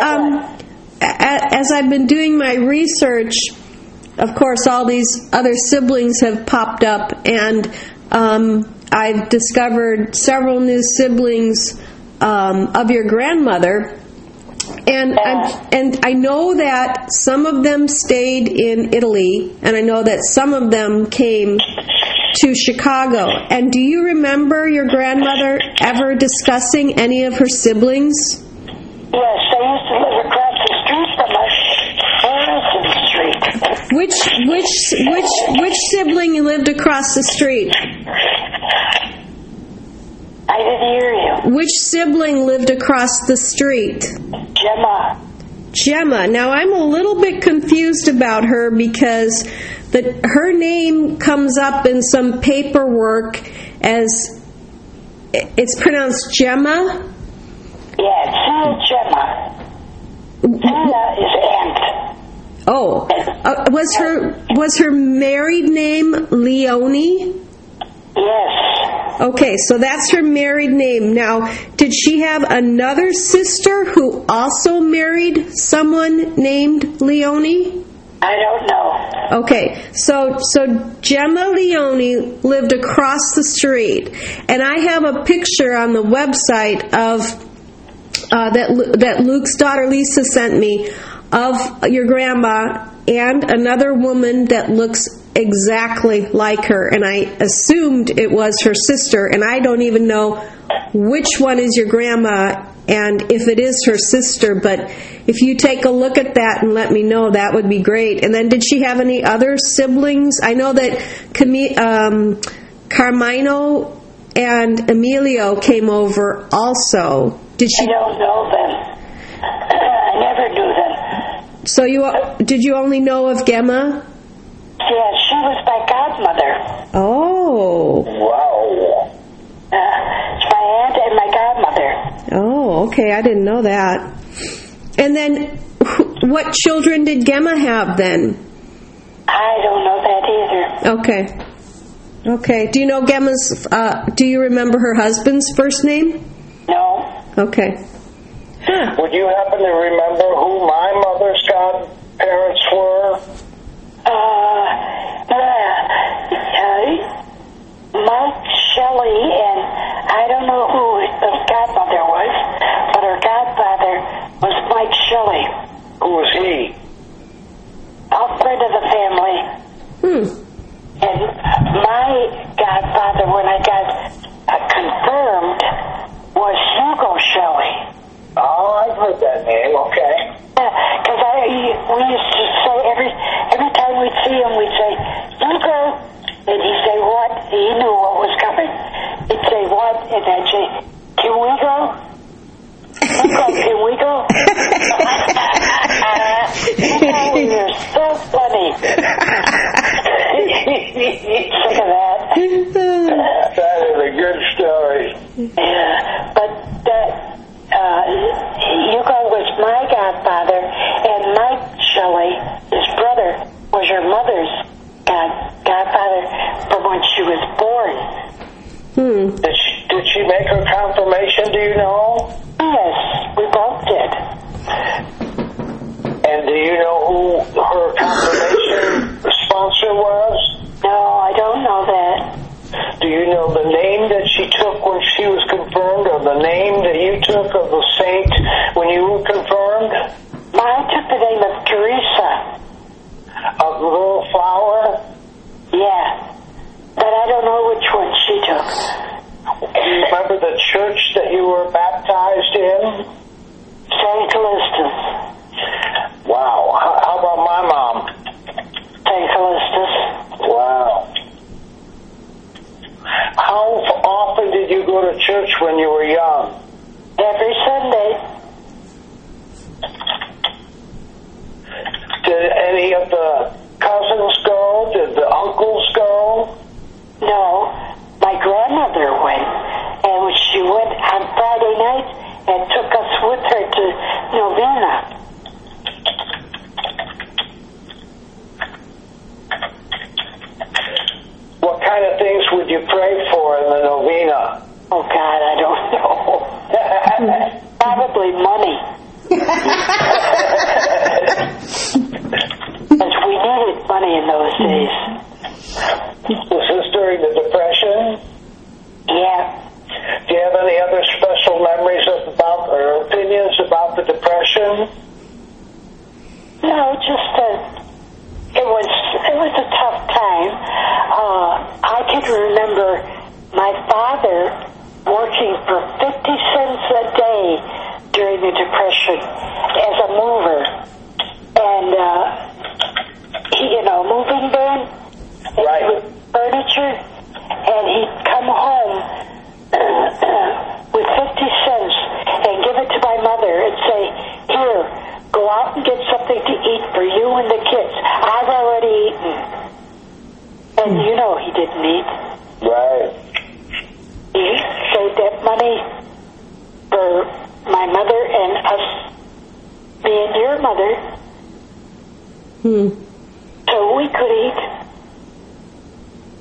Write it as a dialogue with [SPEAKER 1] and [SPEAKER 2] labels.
[SPEAKER 1] Um, a- as I've been doing my research, of course, all these other siblings have popped up, and um, I've discovered several new siblings um, of your grandmother. And i and I know that some of them stayed in Italy, and I know that some of them came to Chicago. And do you remember your grandmother ever discussing any of her siblings?
[SPEAKER 2] Yes, they used to live across the street from us, Harrison Street.
[SPEAKER 1] Which which which which sibling lived across the street?
[SPEAKER 2] I didn't hear you.
[SPEAKER 1] Which sibling lived across the street?
[SPEAKER 2] Gemma.
[SPEAKER 1] Gemma. Now I'm a little bit confused about her because the her name comes up in some paperwork as it's pronounced Gemma.
[SPEAKER 2] Yeah, Tia Gemma. Tia is aunt.
[SPEAKER 1] Oh, uh, was her was her married name Leonie?
[SPEAKER 2] Yes.
[SPEAKER 1] Okay, so that's her married name. Now, did she have another sister who also married someone named Leonie?
[SPEAKER 2] I don't know.
[SPEAKER 1] Okay, so so Gemma Leone lived across the street, and I have a picture on the website of uh, that Lu- that Luke's daughter Lisa sent me of your grandma and another woman that looks exactly like her, and I assumed it was her sister, and I don't even know which one is your grandma and if it is her sister, but if you take a look at that and let me know, that would be great. And then, did she have any other siblings? I know that Cami- um, Carmino and Emilio came over also. Did
[SPEAKER 2] I
[SPEAKER 1] she?
[SPEAKER 2] don't know them. I never knew them.
[SPEAKER 1] So you did you only know of Gemma?
[SPEAKER 2] Yeah, she was my godmother.
[SPEAKER 1] Oh,
[SPEAKER 2] Wow. Uh, it's my aunt and my godmother.
[SPEAKER 1] oh, okay. I didn't know that. And then, wh- what children did Gemma have then?
[SPEAKER 2] I don't know that either.
[SPEAKER 1] Okay. Okay. Do you know Gemma's? Uh, do you remember her husband's first name?
[SPEAKER 2] No.
[SPEAKER 1] Okay. Huh.
[SPEAKER 3] Would you happen to remember who my mother's godparents were?
[SPEAKER 2] Uh, uh, uh, Mike Shelley and I don't know who the godmother was, but her godfather was Mike Shelley,
[SPEAKER 3] Who was he?
[SPEAKER 2] Alfred of the family.
[SPEAKER 1] Hmm.
[SPEAKER 2] And my godfather, when I got uh, confirmed, was Hugo Shelley.
[SPEAKER 3] Oh, I've heard that name. Okay.
[SPEAKER 2] Because I we used to say every every time we'd see him, we'd say Hugo, and he'd say what? He knew what was coming. He'd say what, and I'd say, Can we go? Hugo, can we go? Hugo, you're so funny. Sick of that.
[SPEAKER 3] That is a good story.
[SPEAKER 2] Yeah, but that uh, Hugo was my godfather, and Mike Shelley, his brother, was your mother's god godfather from when she was born.
[SPEAKER 1] Hmm.
[SPEAKER 3] Did she, did she make her confirmation? Do you know?
[SPEAKER 2] Yes, we both did.
[SPEAKER 3] And do you know who her confirmation sponsor was?
[SPEAKER 2] No, I don't know that.
[SPEAKER 3] Do you know the name that she took when she was confirmed, or the name that you took of the saint when you were confirmed?
[SPEAKER 2] Mine took the name of Teresa.
[SPEAKER 3] Of the little flower?
[SPEAKER 2] Yeah, but I don't know which one she took.
[SPEAKER 3] Do you remember the church that you were baptized in?
[SPEAKER 2] Saint Callistus.
[SPEAKER 3] Wow. How, how about my mom?
[SPEAKER 2] Saint Callistus.
[SPEAKER 3] Wow. How f- often did you go to church when you were young?
[SPEAKER 2] Every Sunday.
[SPEAKER 3] Did any of the cousins go? Did the uncles go?
[SPEAKER 2] No, my grandmother went, and when she went on Friday night and took us with her to Novena.
[SPEAKER 3] What kind of things would you pray for in the novena?
[SPEAKER 2] Oh God, I don't know. me in those days.
[SPEAKER 3] Was this during the Depression?
[SPEAKER 2] Yeah.
[SPEAKER 3] Do you have any other special memories of- about or opinions about the Depression?
[SPEAKER 2] No, just that it was it was a tough time. Uh, I can remember my father working for fifty cents a day during the depression as a mover, and uh, he, you know, moving van,
[SPEAKER 3] Right.
[SPEAKER 2] with furniture, and he'd come home with fifty cents and give it to my mother and say, "Here, go out and get something to eat for you and the kids. I've already eaten." And you know he didn't eat.
[SPEAKER 3] Right.
[SPEAKER 2] He saved that money for my mother and us, me and your mother,
[SPEAKER 1] Hmm.
[SPEAKER 2] so we could eat.